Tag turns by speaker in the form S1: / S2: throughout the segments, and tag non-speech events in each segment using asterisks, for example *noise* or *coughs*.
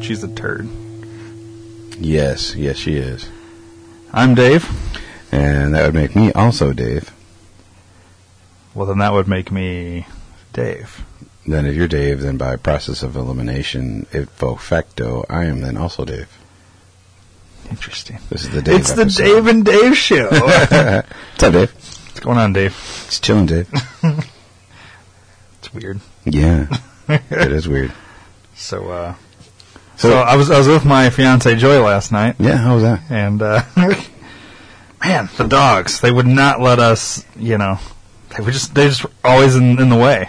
S1: she's a turd.
S2: Yes, yes, she is.
S1: I'm Dave.
S2: And that would make me also Dave.
S1: Well, then that would make me Dave.
S2: Then if you're Dave, then by process of elimination, ipso facto, I am then also Dave.
S1: Interesting.
S2: This is the Dave.
S1: it's
S2: episode.
S1: the
S2: *laughs*
S1: Dave and Dave show.
S2: What's up, Dave?
S1: What's going on, Dave?
S2: It's chilling, Dave.
S1: It's weird. *laughs*
S2: yeah, it is weird.
S1: So, uh, so,
S2: So-
S1: I was I was with my fiance Joy last night,
S2: Yeah, how was that?
S1: and uh, *laughs* man, the dogs they would not let us. You know, they were just they just were always in, in the way.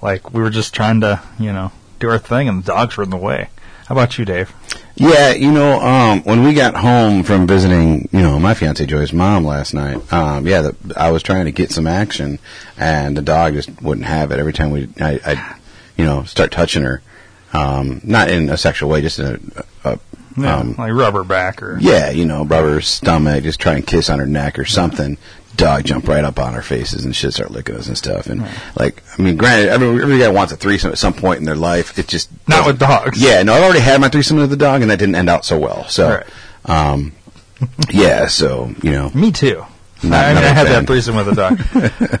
S1: Like we were just trying to you know do our thing, and the dogs were in the way. How about you, Dave?
S2: Yeah, you know, um, when we got home from visiting, you know, my fiance Joy's mom last night, um, yeah, the, I was trying to get some action, and the dog just wouldn't have it. Every time we, I, I you know, start touching her, um, not in a sexual way, just in a, a
S1: Yeah,
S2: Um,
S1: like rubber back or
S2: yeah, you know, rub her stomach, just try and kiss on her neck or something. Dog jump right up on our faces and shit, start licking us and stuff. And like, I mean, granted, every, every guy wants a threesome at some point in their life. It just
S1: not with dogs.
S2: yeah, no, I've already had my threesome with the dog, and that didn't end out so well. So,
S1: Right.
S2: um, yeah, so you know,
S1: Me too.
S2: Not
S1: I, I
S2: another
S1: had that
S2: thing.
S1: threesome with a dog.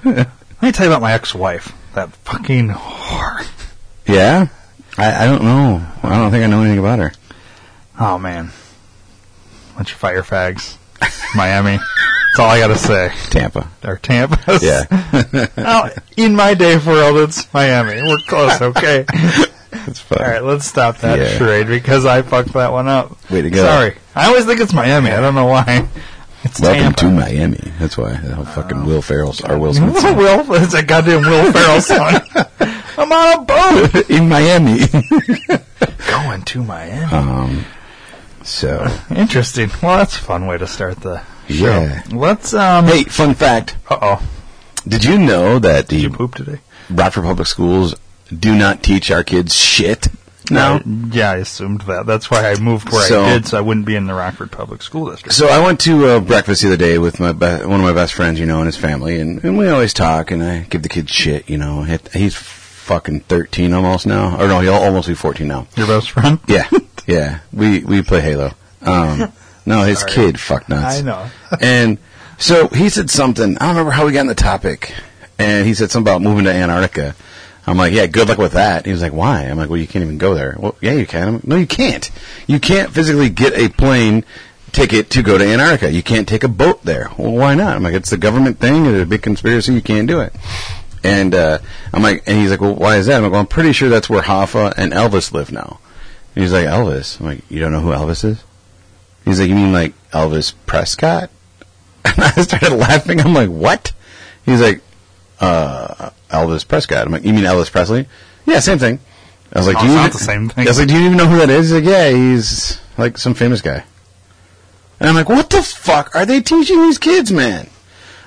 S1: Let
S2: *laughs*
S1: me tell you about my ex-wife. That fucking whore.
S2: yeah, I, I don't know. I don't think I know anything about her.
S1: Oh man. Bunch of fire fags. Miami. That's all I gotta say.
S2: Tampa,
S1: Or Tampa.
S2: *laughs*
S1: *laughs*
S2: yeah,
S1: Oh, in my day world, it's Miami. We're close, okay?
S2: that's fun.
S1: all right, let's stop that
S2: Yeah.
S1: charade because I fucked that one up.
S2: Way to go.
S1: Sorry. I always think it's Miami. I don't know why. It's
S2: Welcome
S1: Tampa. Oh.
S2: to Miami. That's why that whole fucking Will Ferrell's or
S1: *laughs*
S2: Will Smith song.
S1: Will, it's a goddamn Will Ferrell song. *laughs* I'm on a boat *laughs*
S2: in Miami.
S1: going to Miami.
S2: um, so
S1: Interesting. Well, that's a fun way to start the show.
S2: Yeah.
S1: Let's um.
S2: hey, fun fact:
S1: Uh oh.
S2: Did you know that
S1: Did you
S2: the
S1: poop today?
S2: Rockford Public Schools do not teach our kids shit? No.
S1: I- yeah, I assumed that. That's why I moved where
S2: So-
S1: I did, so I wouldn't be in the Rockford Public School District.
S2: So I went to uh, breakfast the other day with my be- one of my best friends, you know, and his family, and, and we always talk, and I give the kid shit, you know. He- He's fucking thirteen almost now, or no, he'll almost be fourteen now.
S1: Your best friend?
S2: Yeah, yeah. We we play Halo. Um, no, his
S1: Sorry.
S2: kid fuck nuts.
S1: I know.
S2: *laughs* and so he said something. I don't remember how we got on the topic, and he said something about moving to Antarctica. I'm like, yeah, good luck with that. He was like, why? I'm like, well, you can't even go there. Well, yeah, you can. I'm like, no, you can't. You can't physically get a plane ticket to go to Antarctica. You can't take a boat there. Well, why not? I'm like, it's a government thing. It's a big conspiracy. You can't do it. And uh, I'm like, and he's like, well, why is that? I'm like, well, I'm pretty sure that's where Hoffa and Elvis live now. And he's like, Elvis. I'm like, you don't know who Elvis is? He's like, you mean like Elvis Prescott? *laughs* And I started laughing. I'm like, what? He's like, uh, Elvis Prescott. I'm like, you mean Elvis Presley? Yeah, same thing. I was like,
S1: Oh,
S2: do you
S1: it's
S2: even,
S1: not the same thing.
S2: I was like, do you even know who that is? He's like, yeah, he's like some famous guy. And I'm like, what the fuck are they teaching these kids, man?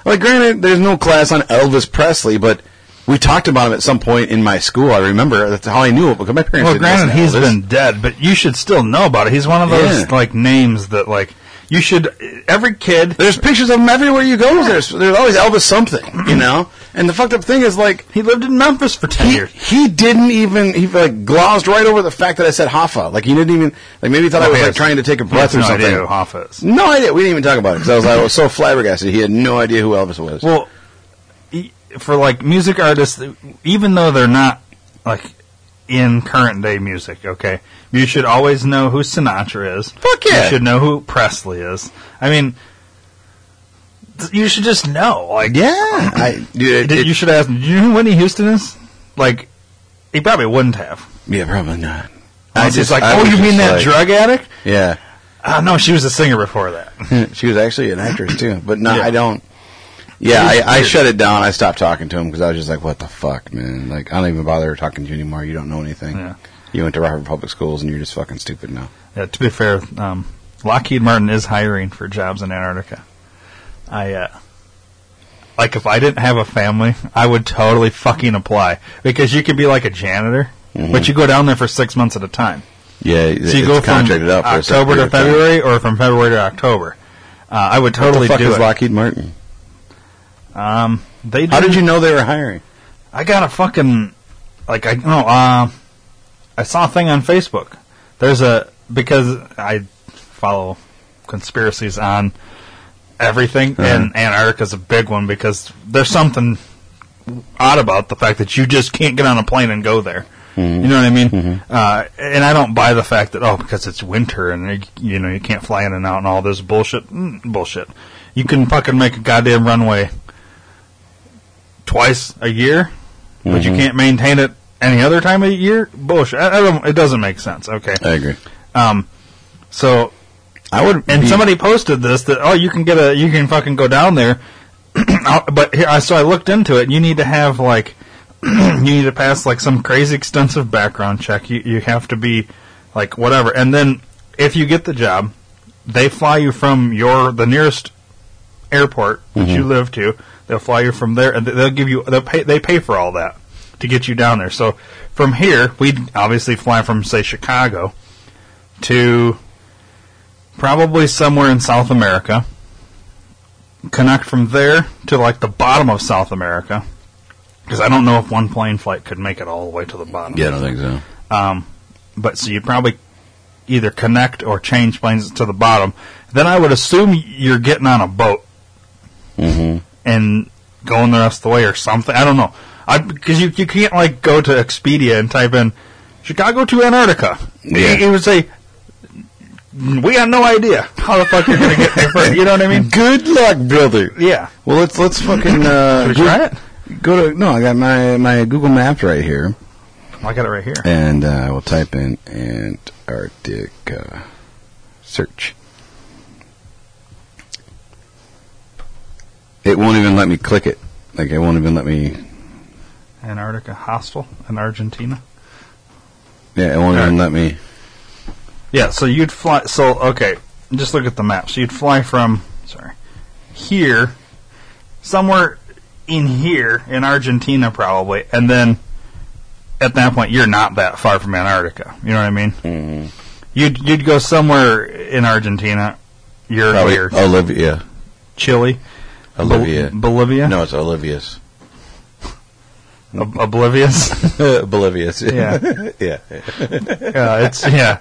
S2: Like, granted, there's no class on Elvis Presley, but we talked about him at some point in my school. I remember that's how I knew it because my parents.
S1: Well,
S2: didn't
S1: granted,
S2: listen to
S1: he's
S2: Elvis.
S1: been dead, but you should still know about it. He's one of those
S2: Yeah.
S1: like names that like you should. Every kid,
S2: There's pictures of him everywhere you go. There's there's always Elvis something,
S1: Mm-hmm.
S2: you know. And the fucked up thing is like
S1: he lived in Memphis for ten
S2: he,
S1: years.
S2: he didn't even he like glozed right over the fact that I said Hoffa. Like he didn't even like maybe he thought I was
S1: Oh, He
S2: like
S1: has-
S2: trying to take a
S1: he
S2: breath
S1: has
S2: or
S1: no
S2: something.
S1: Idea who Hoffa is.
S2: No idea. We didn't even talk about it because I was like I was so flabbergasted. He had no idea who Elvis was.
S1: Well, e- for like music artists, even though they're not like in current day music, okay, you should always know who Sinatra is.
S2: Fuck yeah.
S1: You should know who Presley is. I mean, th- you should just know. Like,
S2: yeah, I dude, it,
S1: did-
S2: it,
S1: you should ask. Do you know who Whitney Houston is? Like, he probably wouldn't have.
S2: yeah, probably not.
S1: I was just like,
S2: I
S1: oh,
S2: was
S1: you
S2: just
S1: mean that
S2: like-
S1: drug addict?
S2: Yeah.
S1: Oh, no, she was a singer before that.
S2: Hmm. she was actually an actress too, but no,
S1: Yeah.
S2: I don't. Yeah,
S1: It is
S2: I, I
S1: weird.
S2: shut it down. I stopped talking to him because I was just like, "What the fuck, man? Like, I don't even bother talking to you anymore. You don't know anything.
S1: Yeah.
S2: You went to Rockford Public Schools, and you're just fucking stupid now."
S1: Yeah, to be fair, um, Lockheed Martin is hiring for jobs in Antarctica. I uh, like if I didn't have a family, I would totally fucking apply because you could be like a janitor,
S2: Mm-hmm.
S1: but you go down there for six months at a time.
S2: Yeah,
S1: So you go from October to February, or from February to October. Uh, I would totally
S2: Totally what the fuck
S1: do
S2: is
S1: it.
S2: Lockheed Martin?
S1: um, they
S2: How
S1: do-
S2: did you know they were hiring?
S1: I got a fucking like I no uh, I saw a thing on Facebook. There's a because I follow conspiracies on everything, and Antarctica's a big one because there's something odd about the fact that you just can't get on a plane and go there. You know what I mean? Uh, and I don't buy the fact that oh, because it's winter and you you know you can't fly in and out and all this bullshit. Mm, bullshit. You can fucking make a goddamn runway twice a year, but you can't maintain it any other time of year. Bullshit. I, I don't, it doesn't make sense. Okay.
S2: I agree.
S1: Um, so
S2: I would.
S1: and
S2: be-
S1: somebody posted this that oh you can get a you can fucking go down there, *clears throat* I'll- but here, I- so I looked into it. and You need to have like *clears throat* you need to pass like some crazy extensive background check. You you have to be like whatever, and then if you get the job, they fly you from your the nearest airport that
S2: Mm-hmm.
S1: you live to. They'll fly you from there, and they'll give you they'll pay they pay for all that to get you down there. So from here, we obviously fly from say Chicago to probably somewhere in South America. Connect from there to like the bottom of South America, because I don't know if one plane flight could make it all the way to the bottom.
S2: Yeah, I don't think so.
S1: Um, but so you probably either connect or change planes to the bottom. Then I would assume you're getting on a boat
S2: Mm-hmm.
S1: and going the rest of the way or something. I don't know. I because you you can't like go to Expedia and type in Chicago to Antarctica.
S2: Yeah.
S1: It, it would say we got no idea how the fuck you're gonna get there. First. You know what I
S2: *laughs*
S1: mean?
S2: Good luck, brother.
S1: Yeah.
S2: Well, let's let's fucking uh,
S1: Should we
S2: go-
S1: try it?
S2: Go to no. I got my my Google Maps right here,
S1: I got it right here.
S2: and uh, I will type in Antarctica search. It won't even let me click it. Like it won't even let me.
S1: Antarctica hostile in Argentina.
S2: Yeah, it won't even let me.
S1: Yeah. So you'd fly. So okay, just look at the map. So you'd fly from sorry here somewhere in here in Argentina probably, and then at that point you're not that far from Antarctica. You know what I mean?
S2: Mm-hmm.
S1: You'd you'd go somewhere in Argentina. You're
S2: Probably
S1: here,
S2: Olivia.
S1: Chile, Bol-
S2: Olivia.
S1: Bolivia,
S2: No, it's Olivia's.
S1: Ob- oblivious. *laughs*
S2: *laughs* Bolivia's.
S1: Yeah.
S2: *laughs* yeah.
S1: yeah, it's yeah.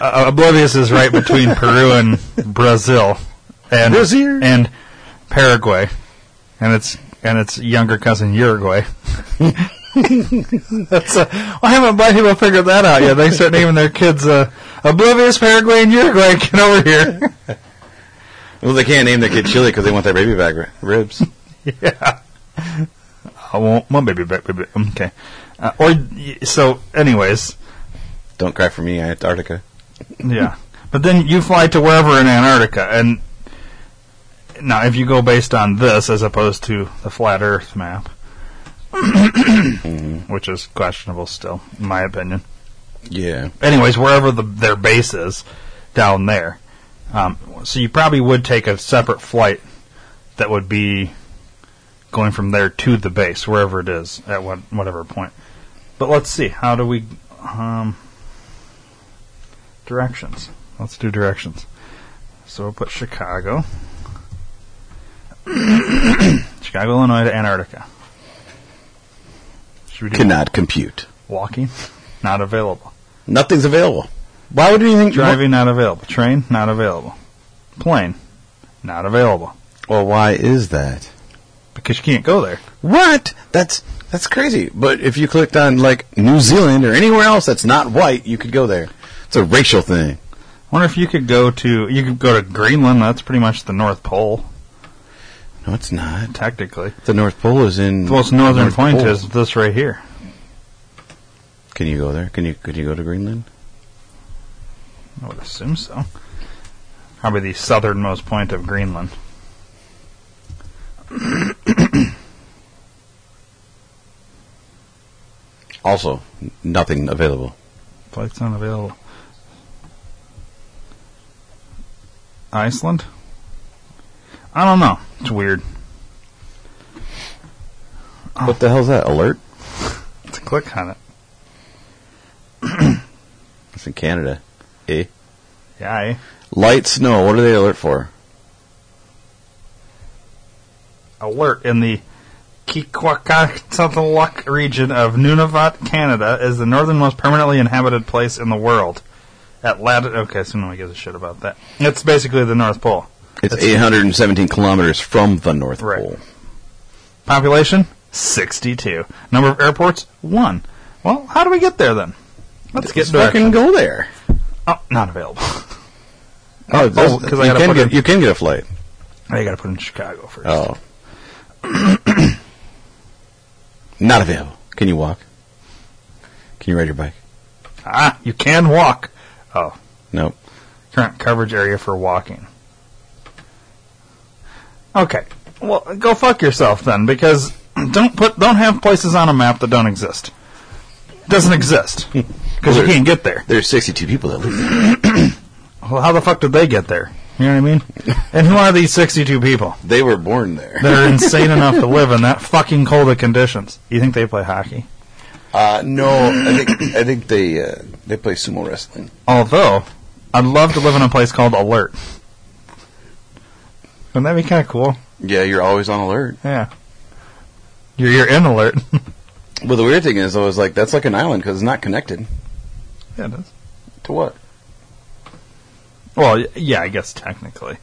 S1: Uh, oblivious is right between Peru and Brazil, and
S2: Brazil.
S1: and Paraguay, and it's and its younger cousin Uruguay. *laughs* That's uh why haven't black people figured that out yet? They start naming their kids uh, oblivious Paraguay and Uruguay. Get over *laughs* here.
S2: Well, they can't name their kid Chili because they want their baby back ri- ribs.
S1: yeah. I won't. My baby, baby, baby. Okay. Uh, or y- so. Anyways.
S2: Don't cry for me, Antarctica.
S1: Yeah, but then you fly to wherever in Antarctica, and now if you go based on this as opposed to the flat Earth map,
S2: Mm-hmm.
S1: which is questionable still, in my opinion.
S2: Yeah.
S1: Anyways, wherever the, their base is down there, um, so you probably would take a separate flight that would be going from there to the base, wherever it is at what, whatever point. But let's see, how do we um, directions? Let's do directions. So we'll put Chicago, *coughs* Chicago, Illinois to Antarctica. Should we do
S2: Cannot compute.
S1: walking? Not available.
S2: Nothing's available. Why would anything
S1: Driving not available. Train not available. Plane not available
S2: Well, why is that?
S1: because you can't go there.
S2: What? That's that's crazy. But if you clicked on like New Zealand or anywhere else that's not white, you could go there. It's a racial thing.
S1: Wonder if you could go to you could go to Greenland. That's pretty much the North Pole,
S2: No, it's not.
S1: technically.
S2: The North Pole is in.
S1: The most northern
S2: North
S1: point
S2: Pole.
S1: is this right here.
S2: Can you go there? Can you? Could you go to Greenland?
S1: I would assume so. Probably the southernmost point of Greenland.
S2: Also, n- nothing available.
S1: Flights not available. Iceland. I don't know. It's weird. Oh.
S2: What the hell's that? Alert?
S1: Let's click on it.
S2: It's in Canada. Eh?
S1: Yeah. eh?
S2: Light snow. What are they alert for?
S1: alert in the Kikwakwaka'luk region of Nunavut, Canada, is the northernmost permanently inhabited place in the world. At latitude, okay, so no one gives a shit about that. It's basically the North Pole.
S2: It's
S1: That's-
S2: 817 kilometers from the North
S1: Right.
S2: Pole.
S1: Population 62. Number of airports 1. Well, how do we get there then? Let's get
S2: Let's
S1: directions.
S2: fucking go there.
S1: Oh, not available.
S2: Oh, that's-
S1: oh, 'cause I
S2: you,
S1: gotta
S2: can
S1: put
S2: get,
S1: in-
S2: you can get a flight.
S1: I got to put in Chicago first.
S2: Oh. *clears throat* Not available. Can you walk? Can you ride your bike?
S1: Ah, you can walk. Oh,
S2: Nope.
S1: current coverage area for walking. Okay. Well, go fuck yourself then, because don't put don't have places on a map that don't exist. Doesn't exist because you can't get there.
S2: There's 62 people that live there.
S1: Well, how the fuck did they get there? You know what I mean? And who are these sixty-two people
S2: They were born there.
S1: that are insane enough to live in that fucking cold of conditions? You think they play hockey?
S2: Uh, no, I think I think they uh, they play sumo wrestling.
S1: Although, I'd love to live in a place called Alert. Wouldn't that be kind of cool?
S2: Yeah, you're always on alert.
S1: Yeah. You're, you're in Alert. *laughs*
S2: Well, the weird thing is, though, is like that's like an island because it's not connected
S1: Yeah, it is.
S2: to what.
S1: Well, y- yeah, I guess technically.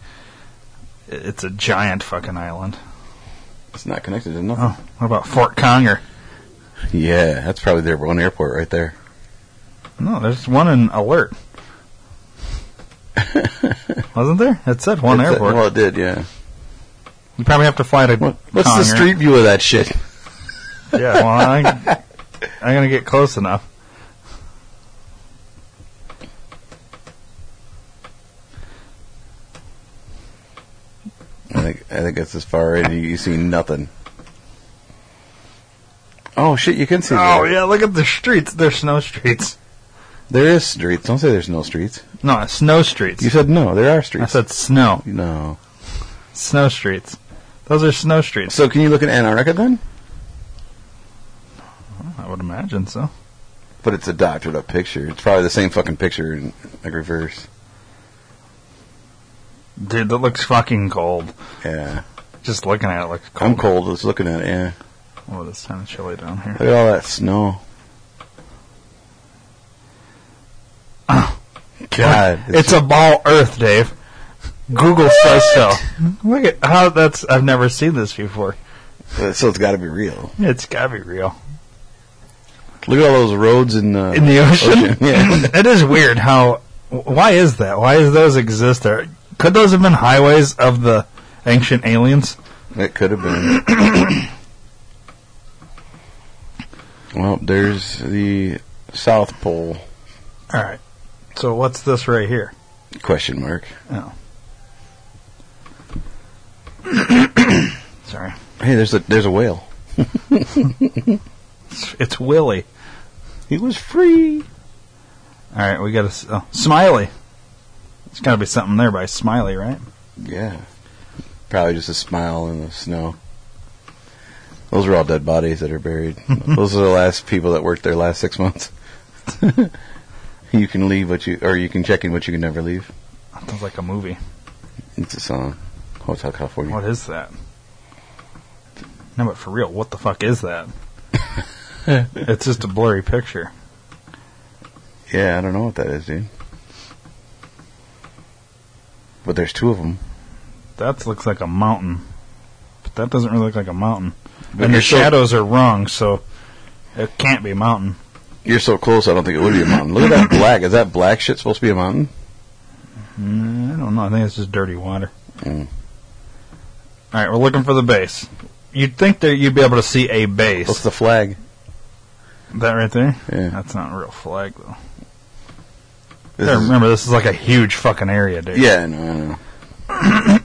S1: I- It's a giant fucking island.
S2: It's not connected to nothing.
S1: Oh, what about Fort Conger?
S2: Yeah, that's probably their one airport right there.
S1: No, there's one in
S2: *laughs*
S1: Alert. Wasn't there? It said one
S2: It's a-
S1: airport.
S2: well, it did. Yeah.
S1: you probably have to fly to
S2: What, what's
S1: Conger.
S2: the street view of that shit?
S1: Yeah, well, I, I'm going to get close
S2: *laughs*
S1: enough.
S2: I think I think that's as far in. You, you see nothing. Oh shit! You can see.
S1: Oh,
S2: there.
S1: yeah, look at the streets. There's snow streets.
S2: There is streets. Don't say there's no streets.
S1: No, snow streets.
S2: You said no. There are
S1: I
S2: streets.
S1: said snow.
S2: no.
S1: Snow streets. Those are snow streets.
S2: So can you look at Antarctica then?
S1: I would imagine so.
S2: But it's a doctored up picture. It's probably the same fucking picture in like reverse.
S1: Dude, that looks fucking cold.
S2: Yeah.
S1: Just looking at it looks cold.
S2: I'm cold. Just looking at it. Yeah.
S1: Oh, it's kind of chilly down here.
S2: Look at all that *coughs* snow. God,
S1: *laughs* It's a ball Earth, Dave. Google says so. Look at how that's. I've never seen this before.
S2: so it's got to be real.
S1: It's gotta be real.
S2: Look at all those roads in uh, the
S1: In the ocean?
S2: *laughs* Yeah,
S1: it is weird how. Why is that? Why does those exist there? Could those have been highways of the ancient aliens?
S2: it could have been. *coughs* well, there's the South Pole
S1: Alright. So what's this right here?
S2: question mark.
S1: Sorry.
S2: Hey, there's a there's a whale.
S1: It's, it's Willy.
S2: He was free.
S1: Alright, we gotta. s- Oh, Smiley. There's gotta be something there by Smiley, right?
S2: Yeah, probably just a smile in the snow. Those are all dead bodies that are *laughs* buried. Those are the last people that worked their last six *laughs* months. you can leave what you, or you can check in what you can never leave.
S1: That sounds like a movie.
S2: It's a song. Hotel California.
S1: What is that? No, but for real, what the fuck is that? it's just a blurry picture.
S2: Yeah, I don't know what that is, dude. But there's two of them.
S1: That looks like a mountain, but that doesn't really look like a mountain.
S2: But
S1: and the
S2: you're so-
S1: shadows are wrong, so it can't be mountain.
S2: You're so close, I don't think it would be a mountain. Look at *clears throat* that black. Is that black shit supposed to be a mountain?
S1: Mm, I don't know. I think it's just dirty water. All
S2: Mm.
S1: right, we're looking for the base. You'd think that you'd be able to see a base.
S2: What's the flag?
S1: that right there?
S2: Yeah.
S1: That's not a real flag though.
S2: This
S1: Yeah,
S2: is-
S1: remember, this is like a huge fucking area, dude.
S2: yeah, I know, I know.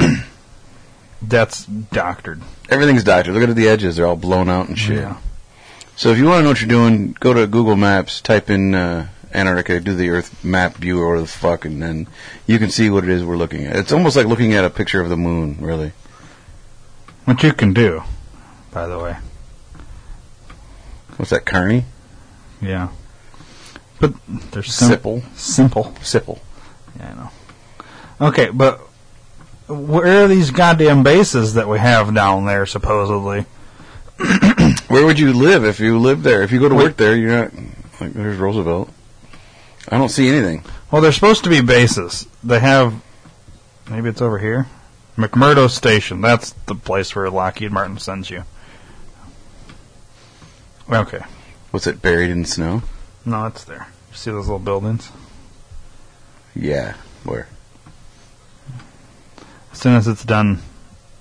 S1: That's doctored.
S2: Everything's doctored. Look at the edges. They're all blown out and shit.
S1: Yeah.
S2: So if you want to know what you're doing, go to Google Maps, type in uh, Antarctica, do the Earth map view or the fuck, and then you can see what it is we're looking at. It's almost like looking at a picture of the moon, really.
S1: What you can do, by the way.
S2: What's that, Carney?
S1: Yeah. But they're sim-
S2: Sipple?
S1: simple.
S2: Sipple.
S1: Yeah, I know. Okay, but where are these goddamn bases that we have down there, supposedly?
S2: Where would you live if you lived there? If you go to
S1: Wait.
S2: work there, you're not. Like, there's Roosevelt. I don't see anything.
S1: Well, they're supposed to be bases. They have maybe it's over here, McMurdo Station. That's the place where Lockheed Martin sends you. Okay,
S2: Was it buried in snow?
S1: no, it's there. You see those little buildings?
S2: Yeah. Where?
S1: As soon as it's done.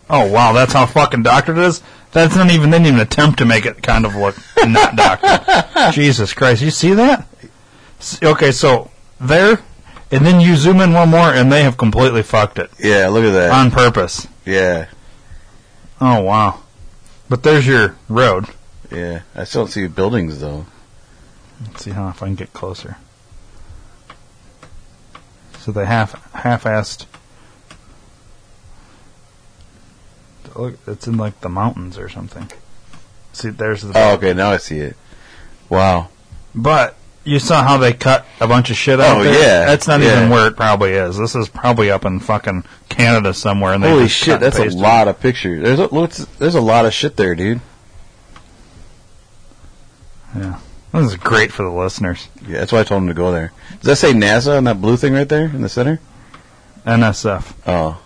S1: Oh wow, that's how fucking doctored it is. That's not even they didn't even attempt to make it kind of look not doctored. Jesus Christ, you see that? S- Okay, so there, and then you zoom in one more, and they have completely fucked it
S2: Yeah, look at that.
S1: on purpose.
S2: yeah.
S1: Oh wow! But there's your road.
S2: Yeah. I still don't see buildings though.
S1: Let's see how if I can get closer. So they half half-assed. Look, it's in like the mountains or something. See, there's the.
S2: Oh, okay. Now I see it. Wow.
S1: But you saw how they cut a bunch of shit out
S2: Oh,
S1: there.
S2: yeah.
S1: that's not
S2: Yeah.
S1: even where it probably is. This is probably up in fucking Canada somewhere. And they
S2: Holy
S1: just cut
S2: shit,
S1: and
S2: that's a
S1: pasted.
S2: lot of pictures. There's a lots- there's a lot of shit there, dude.
S1: This is great for the listeners.
S2: Yeah, that's why I told him to go there. Does that say NASA on that blue thing right there in the center?
S1: NSF.
S2: Oh,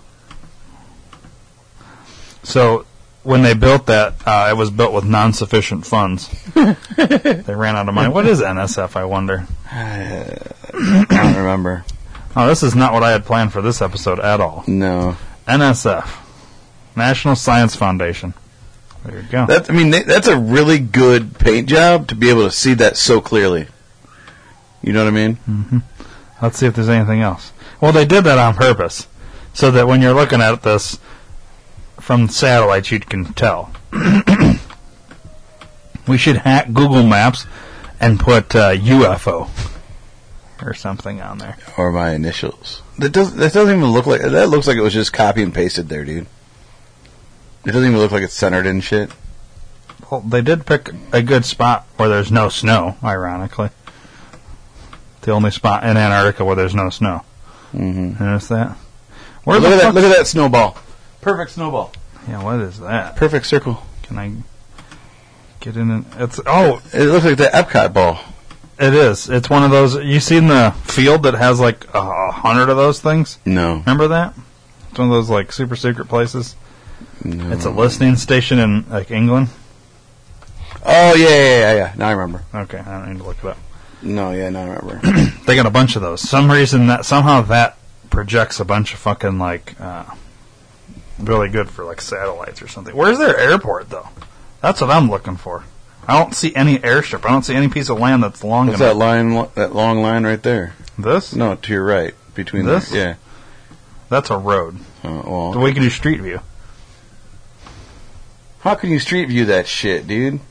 S1: So when they built that, uh, it was built with non-sufficient funds. they ran out of money. What is NSF? I wonder.
S2: I don't *coughs* remember.
S1: Oh, this is not what I had planned for this episode at all.
S2: No,
S1: NSF, National Science Foundation. There you go.
S2: that I mean they- that's a really good paint job to be able to see that so clearly. You know what I mean?
S1: Let's see if there's anything else. Well, they did that on purpose, so that when you're looking at this from satellites, you can tell. *clears throat* we should hack Google Maps and put uh, UFO or something on there.
S2: Or my initials. That doesn't that doesn't even look like that. Looks like it was just copy and pasted there, dude. It doesn't even look like it's centered and shit.
S1: Well, they did pick a good spot where there's no snow, ironically. The only spot in Antarctica where there's no snow.
S2: Mm-hmm.
S1: Notice that? Where
S2: Look at
S1: the
S2: that!
S1: fuck-
S2: Look at that snowball. Perfect snowball.
S1: Yeah, what is that?
S2: Perfect circle.
S1: Can I get in? And, it's oh,
S2: It looks like the Epcot ball.
S1: it is. It's one of those. You seen the field that has like a hundred of those things?
S2: No,
S1: Remember that? It's one of those like super secret places.
S2: no.
S1: It's a listening station in like England.
S2: Oh yeah, yeah, yeah, yeah. Now I remember.
S1: Okay, I don't need to look it up.
S2: No, yeah, now I *clears throat* remember.
S1: They got a bunch of those. Some reason that somehow that projects a bunch of fucking like uh, really good for like satellites or something. Where's their airport though? That's what I'm looking for. I don't see any airstrip. I don't see any piece of land that's long
S2: What's
S1: enough.
S2: that line? That long line right there.
S1: This?
S2: No, to your right, between
S1: This?
S2: There.
S1: That's a road.
S2: Yeah. Uh, well,
S1: We can do street view.
S2: how can you street view that shit, dude?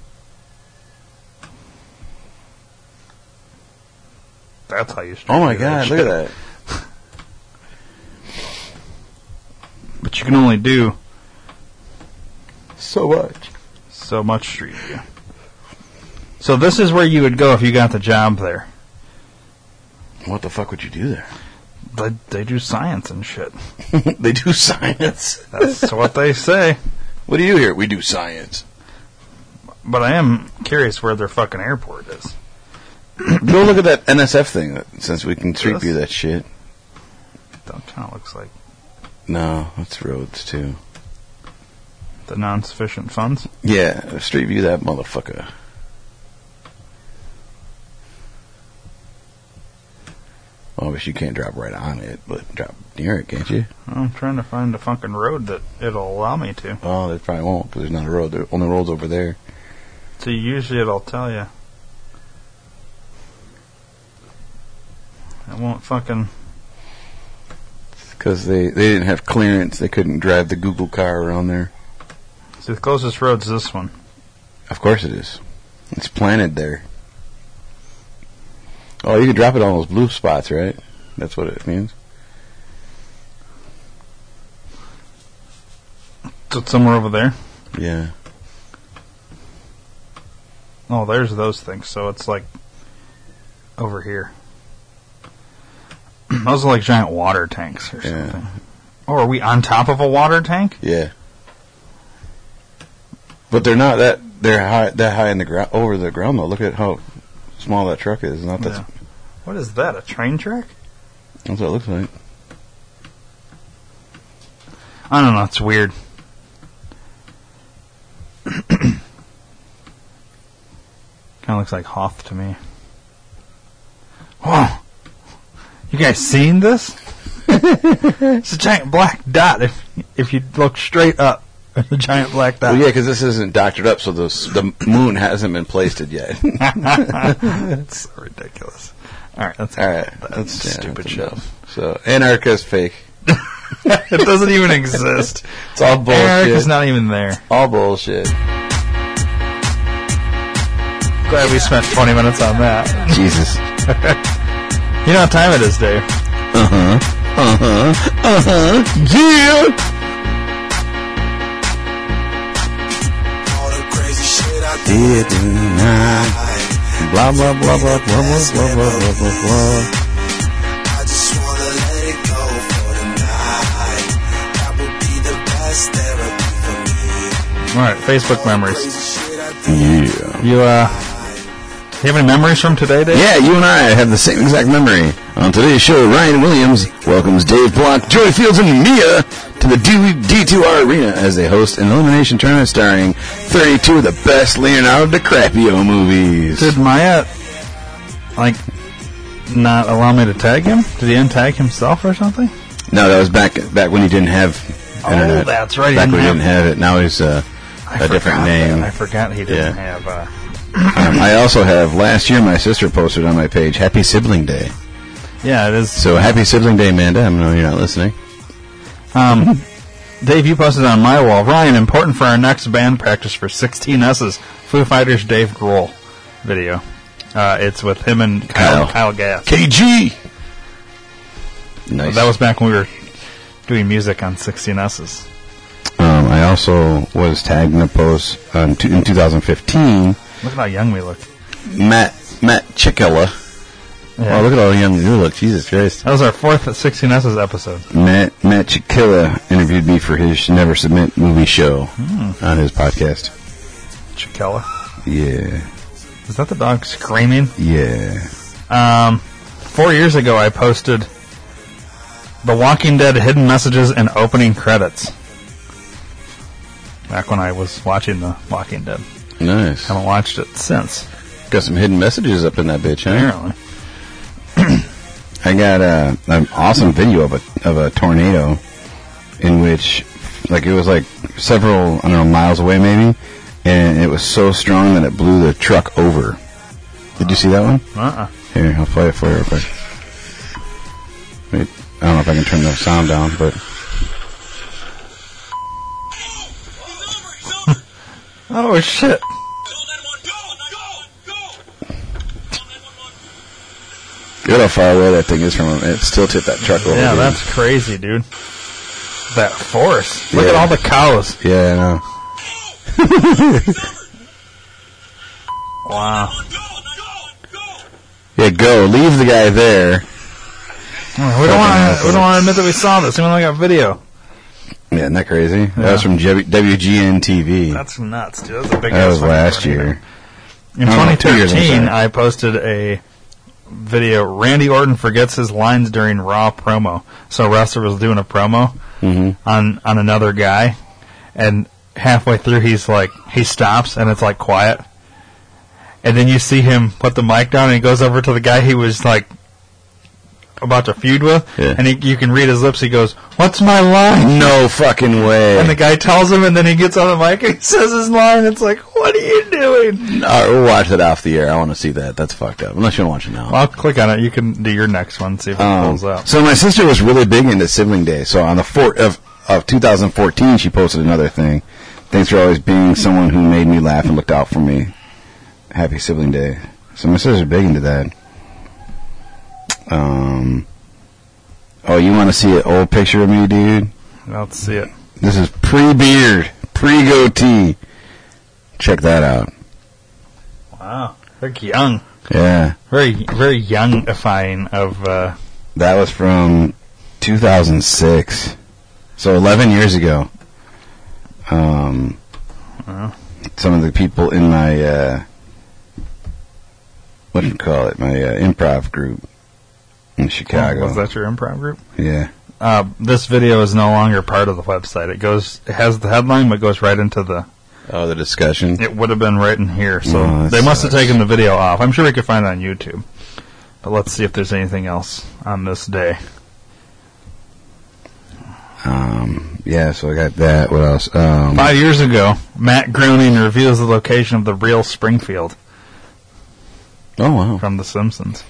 S1: That's how you street
S2: Oh my
S1: view that
S2: god, look at
S1: shit.
S2: that.
S1: But you can only do
S2: So much.
S1: so much street view. So this is where you would go if you got the job there.
S2: What the fuck would you do there?
S1: They, they do science and shit.
S2: *laughs* they do science.
S1: That's
S2: *laughs*
S1: what they say.
S2: What do you do here? We do science. *clears throat*
S1: But I am curious where their fucking airport is.
S2: Go look at that NSF thing. that- Since we can street
S1: This?
S2: view that shit.
S1: That kind of looks like
S2: No, that's roads too.
S1: the non-sufficient funds.
S2: Yeah, street view that motherfucker. Well, obviously you can't drop right on it, but drop near it, can't you?
S1: I'm trying to find a fucking road that it'll allow me to.
S2: Oh, they probably won't because there's not a road. The only road's over there.
S1: So usually it'll tell you. I won't fucking.
S2: Because they, they didn't have clearance. They couldn't drive the Google car around there.
S1: See, the closest road's this one.
S2: Of course it is. It's planted there. Oh, you can drop it on those blue spots, right? That's what it means.
S1: So it's somewhere over there.
S2: Yeah.
S1: Oh, there's those things. So it's like over here. *clears throat* those are like giant water tanks or
S2: Yeah.
S1: something. Or are we on top of a water tank?
S2: Yeah. But they're not that they're high that high in the ground over the ground though. Look at how small that truck is. Not that
S1: Yeah. What is that? A train track?
S2: That's what it looks like.
S1: I don't know. It's weird. *clears throat* kind of looks like Hoth to me. Whoa! You guys seen
S2: *laughs*
S1: this? it's a giant black dot. If if you look straight up, it's a giant black dot. *laughs*
S2: Well, yeah, because this isn't doctored up, so the s- the moon hasn't been
S1: *laughs*
S2: placed yet. *laughs* All
S1: it's so ridiculous. All right, that's
S2: right,
S1: That's
S2: yeah,
S1: stupid
S2: that's
S1: show. *laughs*
S2: enough. So Antarctica's fake.
S1: it doesn't even exist.
S2: It's all bullshit.
S1: Antarctica's not even there.
S2: all bullshit.
S1: Glad we spent 20 minutes on that.
S2: Jesus.
S1: You know what time it is, Dave?
S2: Uh-huh. Yeah.
S3: All the crazy shit I
S2: Did
S3: did
S2: not.
S3: tonight.
S2: Blah blah blah blah blah blah blah blah blah blah.
S3: I just wanna let it go for tonight. That would be the best therapy for me.
S1: All right, Facebook memories.
S3: Crazy shit I
S2: Yeah.
S3: did
S1: You uh, you have any memories from today, Dave?
S2: Yeah, you and I have the same exact memory. On today's show, Ryan Williams welcomes Dave Block, Joey Fields, and Mia to the D- 2 r Arena as they host an elimination tournament starring 32 of the best Leonardo DiCaprio movies.
S1: Did Maya like not allow me to tag him? Did he untag himself or something?
S2: No, that was back back when you didn't have
S1: Oh,
S2: internet.
S1: that's right, he
S2: Back
S1: didn't
S2: when you
S1: have-
S2: didn't have it. Now he's uh,
S1: I
S2: a
S1: forgot
S2: different
S1: that.
S2: name.
S1: I forgot he didn't
S2: Yeah.
S1: have. Uh,
S2: Um, I also have last year my sister posted on my page Happy Sibling Day.
S1: yeah, it is.
S2: So happy Sibling Day, Amanda. I know you're not listening.
S1: Um, Dave, you posted on my wall. Ryan, important for our next band practice for 16S's Foo Fighters Dave Grohl video. Uh, it's with him and Kyle,
S2: Kyle.
S1: Kyle Gass.
S2: KG. Nice.
S1: That was back when we were doing music on 16S's.
S2: Um, I also was tagged in a post um, t- in 2015.
S1: Look at how young we look.
S2: Matt Matt Chickella.
S1: Yeah.
S2: Oh, look at all the young you look. Jesus Christ.
S1: That was our fourth 16S's episode.
S2: Matt Matt Chickella interviewed me for his Never Submit movie show on his podcast.
S1: Chiquella.
S2: Yeah,
S1: Is that the dog screaming?
S2: yeah.
S1: Um, four years ago, I posted The Walking Dead hidden messages and opening credits. Back when I was watching The Walking Dead.
S2: Nice.
S1: Haven't watched it since,
S2: Got some hidden messages up in that bitch, huh?
S1: apparently.
S2: I got uh, an awesome video of a of a tornado, in which, like, it was like several I don't know miles away maybe, and it was so strong that it blew the truck over. Did you see that one?
S1: Uh-uh.
S2: Here, I'll play it for you real quick. Wait, I don't know if I can turn the sound down, but
S1: Oh, shit.
S2: look how far away that thing is from him. It still tipped that truck over.
S1: Yeah,
S2: dude.
S1: that's crazy, dude. That force. Look at
S2: Yeah.
S1: all the cows.
S2: yeah, I know.
S1: Wow.
S2: Yeah, go leave the guy there.
S1: We don't want to. We don't want to admit that we saw this. We only got video.
S2: Yeah, isn't that crazy? That was from W- WGN TV.
S1: That's nuts, dude. That's a big.
S2: that
S1: ass
S2: was
S1: fucking
S2: last
S1: tornado.
S2: year.
S1: In
S2: Oh, no, two years, I'm
S1: 2013,
S2: sorry.
S1: I posted a video. Randy Orton forgets his lines during Raw promo. So wrestler was doing a promo
S2: Mm-hmm.
S1: on on another guy, and halfway through he's like he stops and it's like quiet, and then you see him put the mic down and he goes over to the guy he was like about to feud with,
S2: Yeah.
S1: and he, you can read his lips. He goes, "What's my line?"
S2: No fucking way.
S1: And the guy tells him, and then he gets on the mic and *laughs* he says his line. It's like, what are you doing?
S2: All right, we'll watch it off the air. I want to see that. That's fucked up. Unless you want to watch it now.
S1: I'll click on it. You can do your next one. See if it
S2: Um,
S1: pulls up.
S2: so my sister was really big into sibling day. So on the four of of 2014, she posted another thing. Thanks for always being someone who made me laugh and looked out for me. Happy sibling day. So my sister's big into that. Um. Oh, you want to see an old picture of me, dude?
S1: Let's see it.
S2: This is pre beard, pre goatee. Check that out.
S1: Wow, they're young.
S2: Yeah,
S1: Very, very youngifying of. Uh,
S2: that was from 2006, so 11 years ago. Um,
S1: Wow.
S2: some of the people in my uh, what do you call it? My uh, improv group in Chicago.
S1: Was that your improv group?
S2: Yeah.
S1: Uh, this video is no longer part of the website. It goes, it has the headline, but goes right into the.
S2: Oh, the discussion.
S1: It would have been right in here, so
S2: Oh, that
S1: they must have
S2: sucks.
S1: taken the video off. I'm sure we could find it on YouTube. But let's see if there's anything else on this day.
S2: Um, yeah, so I got that. What else? Um,
S1: Five years ago, Matt Groening reveals the location of the real Springfield
S2: oh, wow.
S1: from The Simpsons.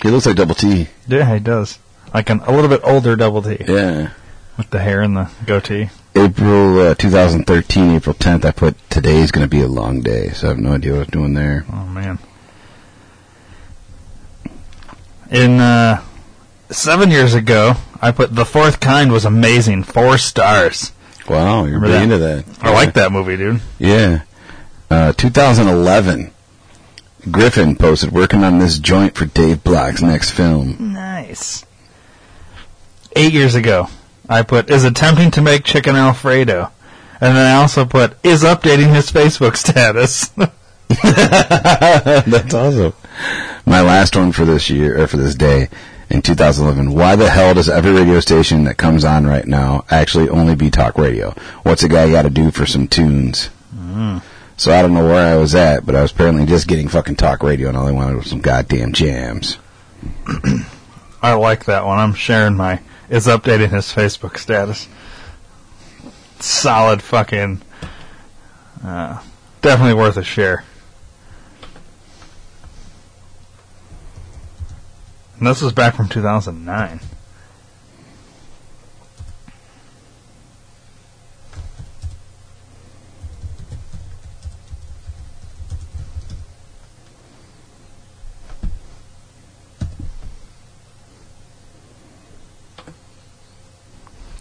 S2: He looks like Double T.
S1: Yeah, he does. Like an, a little bit older Double D
S2: Yeah.
S1: with the hair and the goatee.
S2: April uh, 2013, April 10th, I put today's going to be a long day, so I have no idea what I'm doing there.
S1: Oh man. In uh, seven years ago, I put the fourth kind was amazing, four stars.
S2: Wow, you're
S1: Remember
S2: really
S1: that?
S2: into that.
S1: I like that movie, dude.
S2: Yeah. Uh, 2011, Griffin posted, working on this joint for Dave Block's next film.
S1: Nice. Eight years ago, I put is attempting to make chicken alfredo, and then I also put is updating his Facebook status.
S2: *laughs*
S1: *laughs*
S2: That's awesome. My last one for this year, or for this day, in 2011. Why the hell does every radio station that comes on right now actually only be talk radio? What's a guy got to do for some tunes? So I don't know where I was at, but I was apparently just getting fucking talk radio, and all I wanted was some goddamn jams.
S1: I like that one. I'm sharing my is updating his Facebook status. Solid fucking. Uh, definitely worth a share. And this is back from 2009.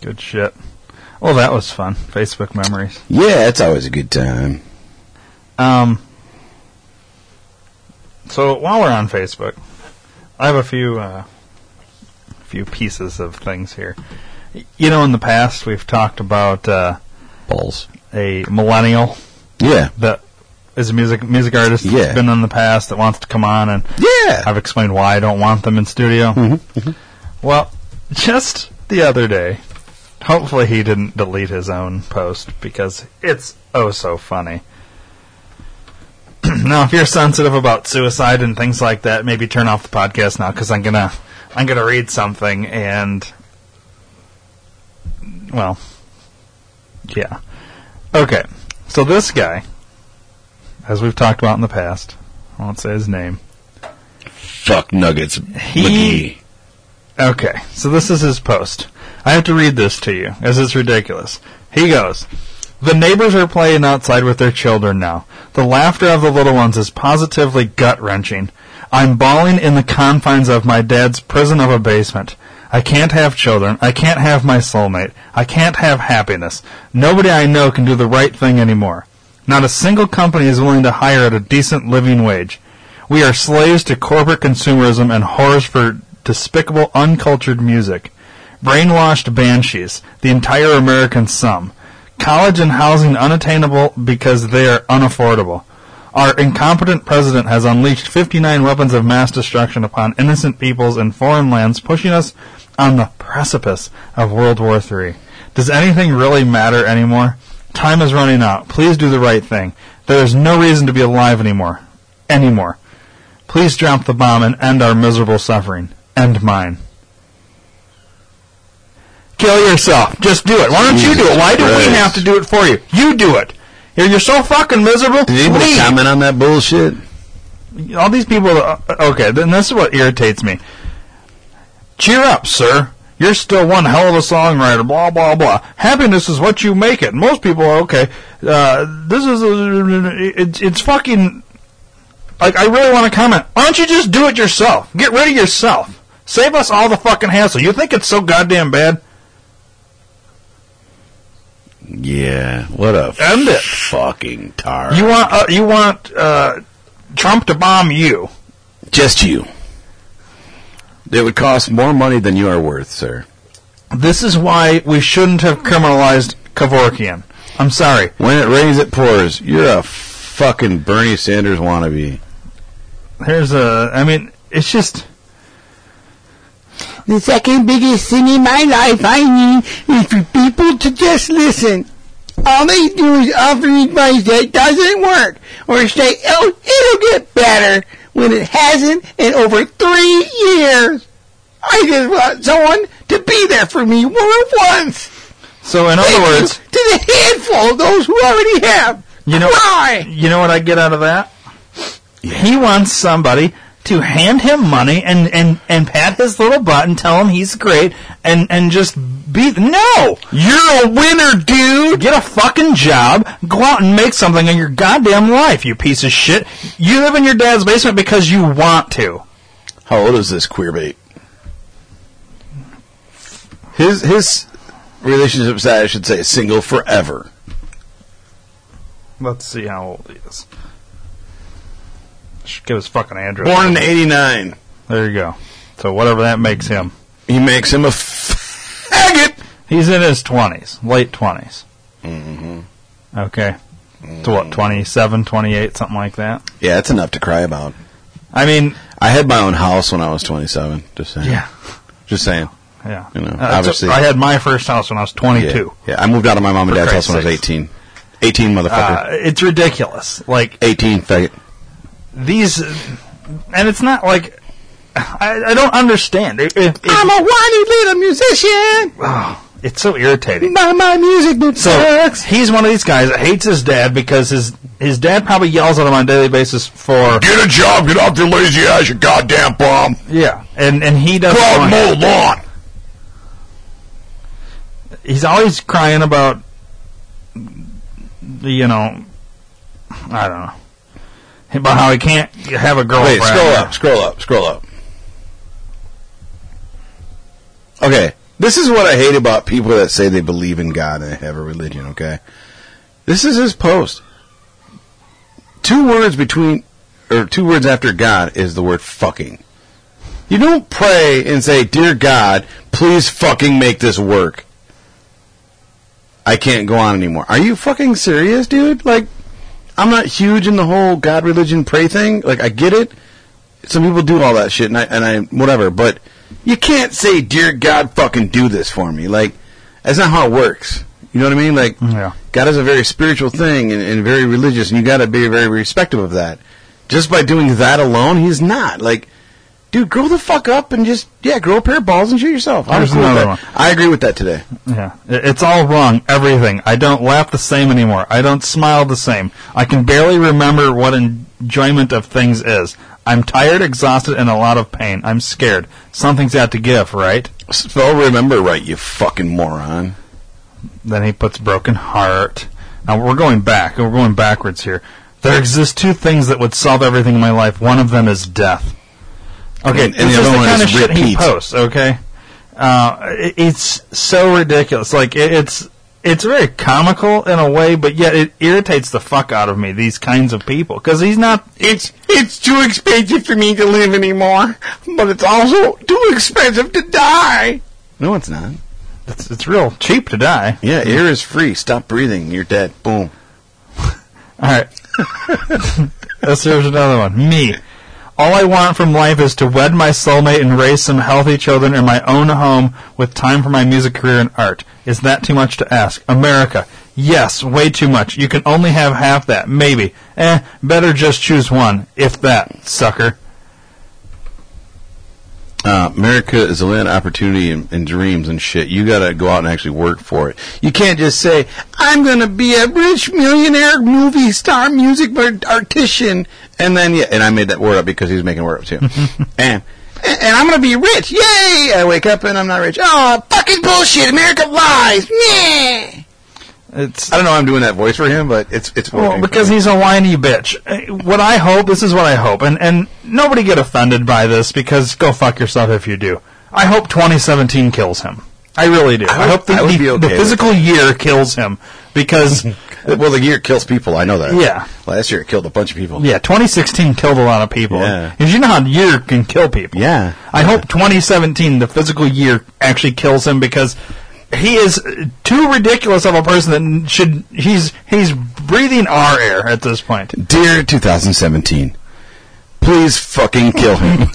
S1: Good shit. Well, that was fun. Facebook memories.
S2: Yeah, it's always a good time.
S1: Um, so while we're on Facebook, I have a few uh, few pieces of things here. Y- You know, in the past we've talked about uh,
S2: Balls.
S1: a millennial
S2: Yeah.
S1: that is a music music artist
S2: Yeah.
S1: that's been in the past that wants to come on, and
S2: Yeah.
S1: I've explained why I don't want them in studio. Well, just the other day, hopefully he didn't delete his own post because it's oh so funny. *clears throat* now, if you're sensitive about suicide and things like that, maybe turn off the podcast now because I'm gonna I'm gonna read something and well, yeah, okay. So this guy, as we've talked about in the past, I won't say his name.
S2: Fuck nuggets.
S1: He- Okay, so this is his post. I have to read this to you, as it's ridiculous. He goes, The neighbors are playing outside with their children now. The laughter of the little ones is positively gut wrenching. I'm bawling in the confines of my dad's prison of a basement. I can't have children. I can't have my soulmate. I can't have happiness. Nobody I know can do the right thing anymore. Not a single company is willing to hire at a decent living wage. We are slaves to corporate consumerism and whores for despicable, uncultured music. Brainwashed banshees, the entire American sum. College and housing unattainable because they are unaffordable. Our incompetent president has unleashed 59 weapons of mass destruction upon innocent peoples in foreign lands, pushing us on the precipice of World War III. Does anything really matter anymore? Time is running out. Please do the right thing. There is no reason to be alive anymore. Anymore. Please drop the bomb and end our miserable suffering. End mine. Kill yourself. Just do it. Why don't you do it? Why do
S2: Jesus
S1: we
S2: Christ.
S1: have to do it for you? You do it. You're, you're so fucking miserable.
S2: Did anybody
S1: Leave.
S2: comment on that bullshit?
S1: All these people. uh, Okay, then this is what irritates me. Cheer up, sir. You're still one hell of a songwriter. Blah blah blah. Happiness is what you make it. Most people are okay. Uh, this is a, it's it's fucking. Like I really want to comment. Why don't you just do it yourself? Get rid of yourself. Save us all the fucking hassle. You think it's so goddamn bad?
S2: Yeah. What a
S1: End it.
S2: fucking tar.
S1: You want uh, you want uh, Trump to bomb you?
S2: Just you. It would cost more money than you are worth, sir.
S1: This is why we shouldn't have criminalized Kevorkian. I'm sorry.
S2: When it rains, it pours. You're a fucking Bernie Sanders wannabe.
S1: There's a. I mean, it's just.
S4: The second biggest thing in my life I need is for people to just listen. All they do is offer advice that doesn't work or say, oh, it'll get better when it hasn't in over three years. I just want someone to be there for me more once.
S1: So in other words,
S4: *laughs* to the handful of those who already have.
S1: you know,
S4: Why?
S1: you know what I get out of that? He wants somebody to hand him money and, and, and pat his little butt and tell him he's great and, and just be no. You're a winner, dude. Get a fucking job. Go out and make something in your goddamn life, you piece of shit. You live in your dad's basement because you want to.
S2: How old is this queer bait? His his relationship status, I should say, is single forever.
S1: Let's see how old he is. Should give his fucking address.
S2: Born in '89,
S1: There you go. So whatever that makes him.
S2: he makes him a faggot.
S1: He's in his 20s, late 20s.
S2: Mm-hmm.
S1: Okay. To
S2: Mm.
S1: what, 27, 28, something like that?
S2: Yeah, that's enough to cry about.
S1: I mean,
S2: I had my own house when I was 27. Just saying. Just saying.
S1: Yeah.
S2: You know,
S1: Uh,
S2: obviously-
S1: I had my first house when I was 22.
S2: Yeah. yeah, I moved out of my mom and
S1: For
S2: dad's house
S1: Christ's
S2: when I was
S1: sakes.
S2: 18. 18, motherfucker.
S4: Ah.
S1: Uh, it's ridiculous. Like,
S2: 18, faggot.
S1: these. And it's not like. I, I don't understand. If, if,
S4: I'm a whiny little musician.
S1: oh, it's so irritating.
S4: My, my music that
S1: So
S4: sucks.
S1: he's one of these guys that hates his dad because his his dad probably yells at him on a daily basis for
S2: Get a job. Get off your lazy ass, you goddamn bum.
S1: yeah, and and he doesn't. want-
S2: lawn.
S1: he's always crying about you know I don't know about how he can't have a girlfriend.
S2: Wait, scroll up, scroll up, scroll up. Okay, this is what I hate about people that say they believe in God and have a religion, okay? This is his post. Two words between, or two words after God is the word fucking. You don't pray and say, Dear God, please fucking make this work. I can't go on anymore. Are you fucking serious, dude? Like, I'm not huge in the whole God religion pray thing. Like I get it. Some people do all that shit, and I and I whatever. But you can't say, "Dear God, fucking do this for me." Like that's not how it works. You know what I mean? Like
S1: Yeah.
S2: God is a very spiritual thing and, and very religious, and you got to be very respectful of that. Just by doing that alone, he's not like. Dude, grow the fuck up and just yeah, grow a pair of balls and shoot yourself. I'm
S1: Here's
S2: cool with
S1: another
S2: that.
S1: one.
S2: I agree with that today.
S1: Yeah, It- it's all wrong. Everything. I don't laugh the same anymore. I don't smile the same. I can barely remember what enjoyment of things is. I'm tired, exhausted, and a lot of pain. I'm scared. Something's out to give, right?
S2: Spell remember right, you fucking moron.
S1: Then he puts broken heart. Now we're going back. We're going backwards here. There exist two things that would solve everything in my life. One of them is death. Okay,
S2: And- and
S1: this
S2: the
S1: is
S2: other
S1: the
S2: one
S1: kind
S2: is
S1: of shit he
S2: repeat.
S1: posts. Okay, uh, it- it's so ridiculous. Like it, it's it's very comical in a way, but yet it irritates the fuck out of me. These kinds of people because he's not.
S4: It's it's too expensive for me to live anymore, but it's also too expensive to die.
S2: No, it's not.
S1: It's, it's real cheap to die.
S2: Yeah, air is free. Stop breathing. You're dead. Boom.
S1: All right. Let's here's another one. Me. All I want from life is to wed my soulmate and raise some healthy children in my own home with time for my music career and art. Is that too much to ask? America. Yes, way too much. You can only have half that, maybe. Eh, better just choose one, if that, sucker.
S2: Uh, America is a land of opportunity and, and dreams and shit. You gotta go out and actually work for it. You can't just say, I'm gonna be a rich millionaire movie star music bar- artician. And then, yeah, and I made that word up because he's making word
S1: *laughs*
S2: up too. and, and and I'm gonna be rich. Yay! I wake up and I'm not rich. Oh, fucking bullshit. America lies. Yeah.
S1: It's
S2: I don't know why I'm doing that voice for him, but it's, it's working.
S1: Well, because he's a whiny bitch. Uh, What I hope, this is what I hope, and, and nobody get offended by this because go fuck yourself if you do. I hope 2017 kills him. I really do. I,
S2: would-
S1: hope the,
S2: I would
S1: the-
S2: be okay
S1: the
S2: with
S1: physical year kills him
S2: *laughs*
S1: because,
S2: well, the year kills people. I know that.
S1: Yeah.
S2: Last year it killed a bunch of people.
S1: yeah, 2016 killed a lot of people.
S2: Yeah.
S1: Because you know how year can kill people.
S2: Yeah.
S1: I hope 2017, the physical year, actually kills him because he is too ridiculous of a person that should. He's he's breathing our air at this point.
S2: Dear 2017, Please fucking kill *laughs* him.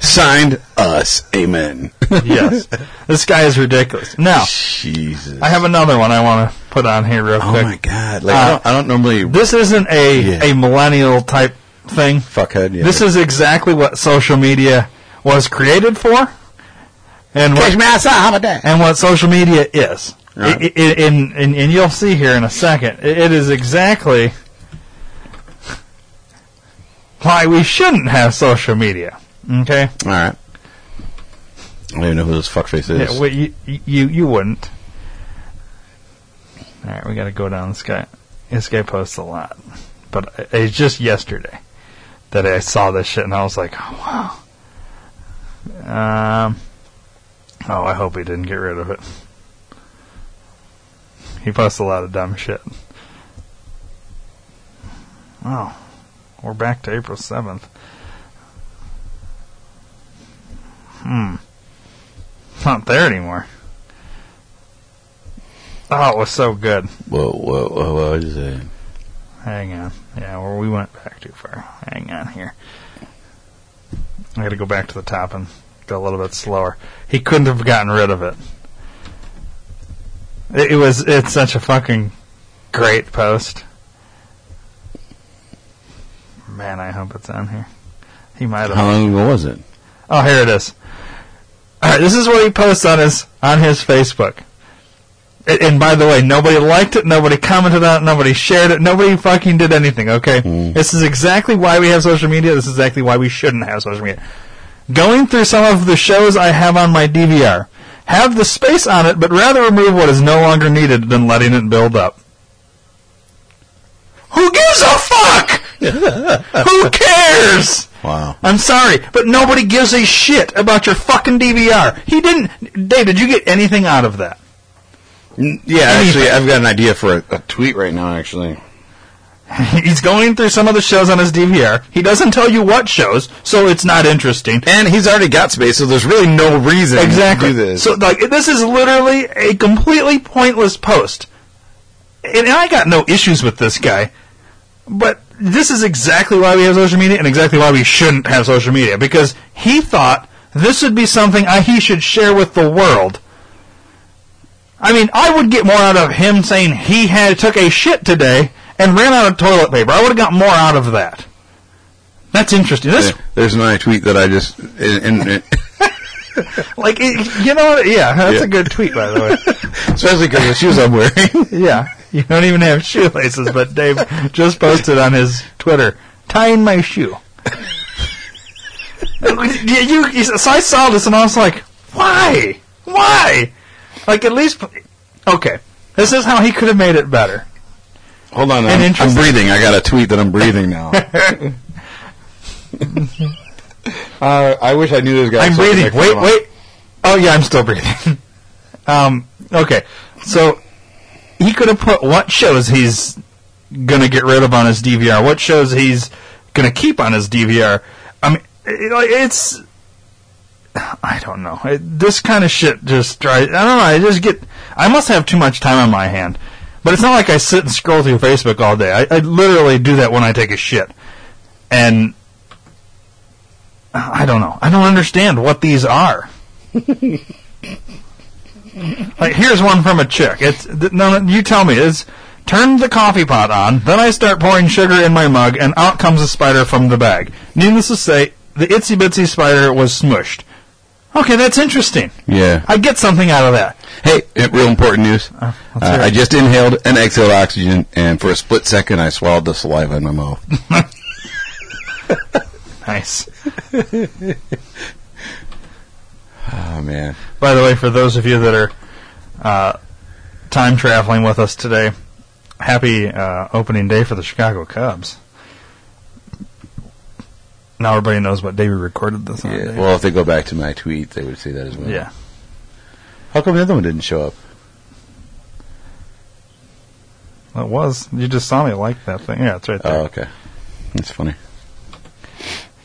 S2: Signed us. *laughs* Amen. Oh.
S1: yes, this guy is ridiculous. Now
S2: Jesus.
S1: I have another one I want to put on here real
S2: oh
S1: quick.
S2: my god. Like I,
S1: Uh,
S2: don't, I don't normally
S1: This isn't a
S2: Yeah.
S1: a millennial type thing.
S2: fuckhead. Yeah.
S1: This is exactly what social media was created for, and what,
S2: Catch me outside. How about that?
S1: and what social media is.
S2: Right.
S1: I- I- in- in- and you'll see here in a second. It, it is exactly why we shouldn't have social media. Okay,
S2: All right. I don't even know who this fuckface is.
S1: yeah, well, you, you you wouldn't. All right, we got to go down this guy. This guy posts a lot, but it- it's just yesterday that I saw this shit, and I was like, oh, wow. Um, oh, I hope he didn't get rid of it. He posts a lot of dumb shit. Wow, Oh, we're back to April seventh. Hmm. It's not there anymore. Oh, it was so good.
S2: Whoa, whoa, whoa, whoa. What is that?
S1: Hang on. Yeah, well, we went back too far. Hang on here. I gotta go back to the top and go a little bit slower. He couldn't have gotten rid of it. It, it was, it's such a fucking great post. Man, I hope it's on here. He might have.
S2: How long ago was it?
S1: Oh, here it is. All right, this is what he posts on his on his Facebook. And, and by the way, nobody liked it, nobody commented on it, nobody shared it, nobody fucking did anything. Okay,
S2: Mm.
S1: this is exactly why we have social media. This is exactly why we shouldn't have social media. Going through some of the shows I have on my DVR, have the space on it, but rather remove what is no longer needed than letting it build up. Who gives a fuck? Who cares?
S2: Wow.
S1: I'm sorry, but nobody gives a shit about your fucking DVR. He didn't. Dave, did you get anything out of that? *laughs*
S2: N- Yeah, actually, I've got an idea for a, a tweet right now, actually.
S1: He's going through some of the shows on his DVR. He doesn't tell you what shows, so it's not interesting.
S2: And he's already got space, so there's really no reason
S1: Exactly.
S2: to do this.
S1: So, like, this is literally a completely pointless post. And I got no issues with this guy, but this is exactly why we have social media and exactly why we shouldn't have social media because he thought this would be something I, he should share with the world. I mean, I would get more out of him saying he had took a shit today and ran out of toilet paper. I would have got more out of that. That's interesting. This,
S2: There- There's another tweet that I just. And, and,
S1: like, it, you know, yeah, that's
S2: Yeah.
S1: a good tweet, by the way.
S2: *laughs* especially because the shoes I'm wearing.
S1: Yeah, you don't even have shoelaces, but Dave just posted on his Twitter, tying my shoe. Yeah, you, you- so I saw this and I was like, why? Why? Like, at least. Okay, this is how he could have made it better.
S2: Hold on,
S1: And
S2: I'm, I'm
S1: interesting.
S2: breathing. I got a tweet that I'm
S1: *laughs*
S2: breathing now. uh, I wish I knew this guy.
S1: I'm
S2: so I could
S1: breathing.
S2: make
S1: Wait,
S2: fun of him.
S1: wait. Oh, yeah, I'm still *laughs* breathing. um, okay, so he could have put what shows he's going to get rid of on his DVR, what shows he's going to keep on his DVR. I mean, it, like, it's. *sighs* I don't know. It, this kind of shit just drives. I don't know. I just get. I must have too much time on my hand. But it's not like I sit and scroll through Facebook all day. I, I literally do that when I take a shit. And. I don't know. I don't understand what these are. like here's one from a chick. It's th- no, no, you tell me. It's turn the coffee pot on, then I start pouring sugar in my mug, and out comes a spider from the bag. Needless to say, the itsy bitsy spider was smushed. Okay, that's interesting.
S2: Yeah.
S1: I get something out of that.
S2: Hey, eh, real important news. Uh,
S1: let's hear it.
S2: I just inhaled and exhaled oxygen, and for a split second, I swallowed the saliva in
S1: *laughs*
S2: my mouth.
S1: Nice.
S2: oh man,
S1: By the way, for those of you that are uh, time traveling with us today, happy uh, opening day for the Chicago Cubs. Now everybody knows what day we recorded this on.
S2: yeah.
S1: Dave.
S2: Well, if they go back to my tweet, they would see that as well.
S1: Oh, yeah.
S2: How come the other one didn't show up?
S1: It was. You just saw me like that thing. Yeah, it's right there.
S2: Oh, okay. That's funny.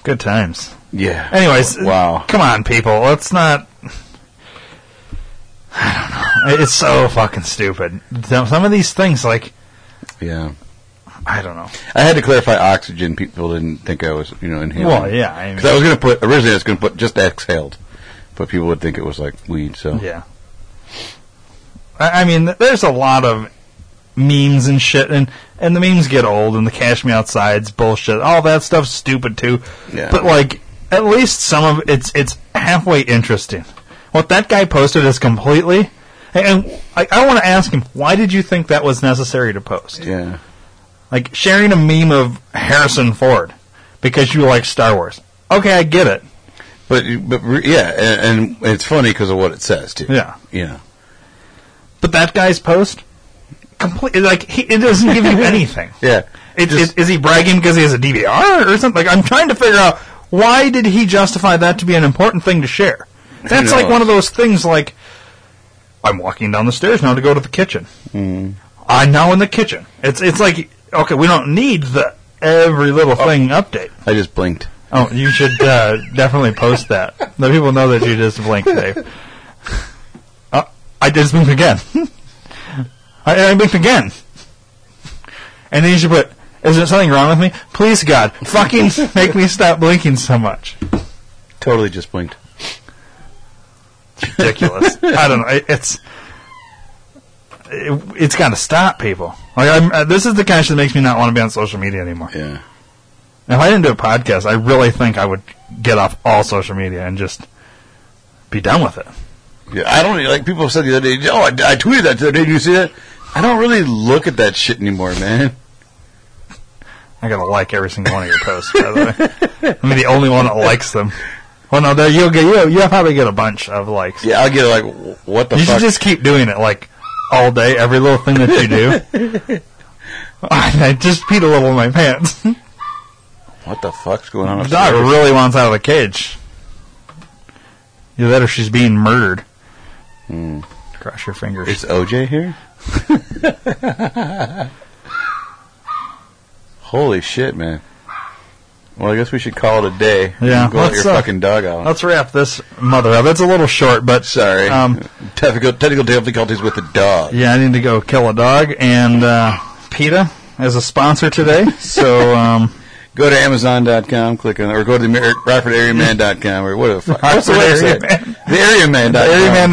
S1: Good times.
S2: Yeah.
S1: Anyways,
S2: Uh, oh, Wow.
S1: Come on, people. Let's not. I don't know. It's so fucking stupid. Some some of these things, like
S2: Yeah.
S1: I don't know.
S2: I had to clarify oxygen. People didn't think I was, you know, inhaling.
S1: Well, yeah, I mean-
S2: 'Cause I was going to put originally I was going to put just exhaled, but people would think it was like weed. So
S1: Yeah. I, I mean, th- there's a lot of memes and shit, and and the memes get old, and the cash me outside's bullshit. All that stuff's stupid too.
S2: Yeah.
S1: But like, at least some of it's it's halfway interesting. What that guy posted is completely. And and I, I want to ask him, why did you think that was necessary to post?
S2: yeah,
S1: Like sharing a meme of Harrison Ford because you like Star Wars. Okay, I get it.
S2: but but re- yeah, and, and it's funny because of what it says too.
S1: Yeah.
S2: you know,
S1: But that guy's post, complete like he, it doesn't give you anything.
S2: yeah.
S1: It, is,
S2: Just-
S1: is he bragging because he has a DVR or something? Like, I'm trying to figure out why did he justify that to be an important thing to share. That's like
S2: knows?
S1: one of those things. Like, I'm walking down the stairs now to go to the kitchen. I'm now in the kitchen. It's it's like okay, we don't need the every little thing update.
S2: I just blinked.
S1: Oh, you should uh, definitely post that. Let people know that you just blinked, Dave. Uh, I just blinked again. I, I blinked again. And then you should put, is there something wrong with me? Please, God, fucking make me stop blinking so much.
S2: Totally just blinked.
S1: Ridiculous. I don't know. It, it's it, it's got to stop, people. Like I'm, uh, this is the kind of shit that makes me not want to be on social media anymore.
S2: Yeah,
S1: If I didn't do a podcast, I really think I would get off all social media and just be done with it.
S2: yeah. I don't like people said the other day. Oh, I, I tweeted that the other day. Did you see that? I don't really look at that shit anymore, man.
S1: I gotta like every single one of your posts, by the way. *laughs* I'm the only one that likes them. Well, no, there you'll get you. You'll probably get a bunch of likes.
S2: Yeah, I'll get like, wh- what the
S1: you
S2: fuck?
S1: should just keep doing it, like all day, every little thing that you do. *laughs* I just peed a little in my
S2: *laughs*
S1: pants.
S2: what the fuck's going on?
S1: The
S2: upstairs?
S1: dog really wants out of the cage. Either that or she's being murdered.
S2: Hmm.
S1: Cross your fingers.
S2: Is
S1: *laughs*
S2: OJ here? Holy shit, man. Well, I guess we should call it a day.
S1: Yeah,
S2: Go let
S1: let's,
S2: your
S1: uh,
S2: fucking dog out.
S1: Let's wrap this mother up. It's a little short, but
S2: Sorry.
S1: Um,
S2: technical, technical difficulties with the dog.
S1: yeah, I need to go kill a dog. And uh, PETA is a sponsor
S2: *laughs*
S1: today, so um,
S2: Go to Amazon.com, click on or go to the Mer- RadfordAreaMan.com or whatever the fuck. What's the
S1: Radford Area
S2: website?
S1: Man.
S2: The AreaMan.com.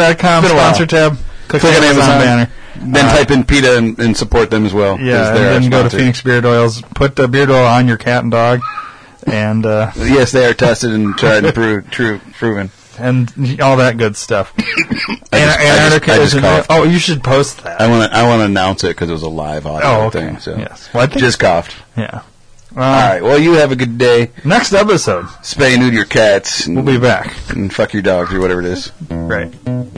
S1: AirryMan.com
S2: Been a while.
S1: sponsor tab.
S2: Click on Amazon.
S1: banner.
S2: Then type in PETA and, and support them as well. 'cause
S1: Yeah,
S2: they're our
S1: and then go to
S2: sponsor.
S1: Phoenix Beard Oils. Put the beard oil on your cat and dog, and uh,
S2: Yes, they are tested and tried and proved, true, proven.
S1: and all that good stuff.
S2: *coughs* I just- I just-
S1: Antarctica
S2: I just
S1: is in
S2: coughed.
S1: Oh, you should post that.
S2: I want to I want to announce it because it was a live audio
S1: Oh, okay.
S2: thing. So
S1: Yes. Well, I think-
S2: just coughed.
S1: yeah. Uh,
S2: All right. Well, you have a good day.
S1: Next episode,
S2: Spay and neuter your cats. And,
S1: we'll be back.
S2: and fuck your dogs or whatever it is.
S1: Right.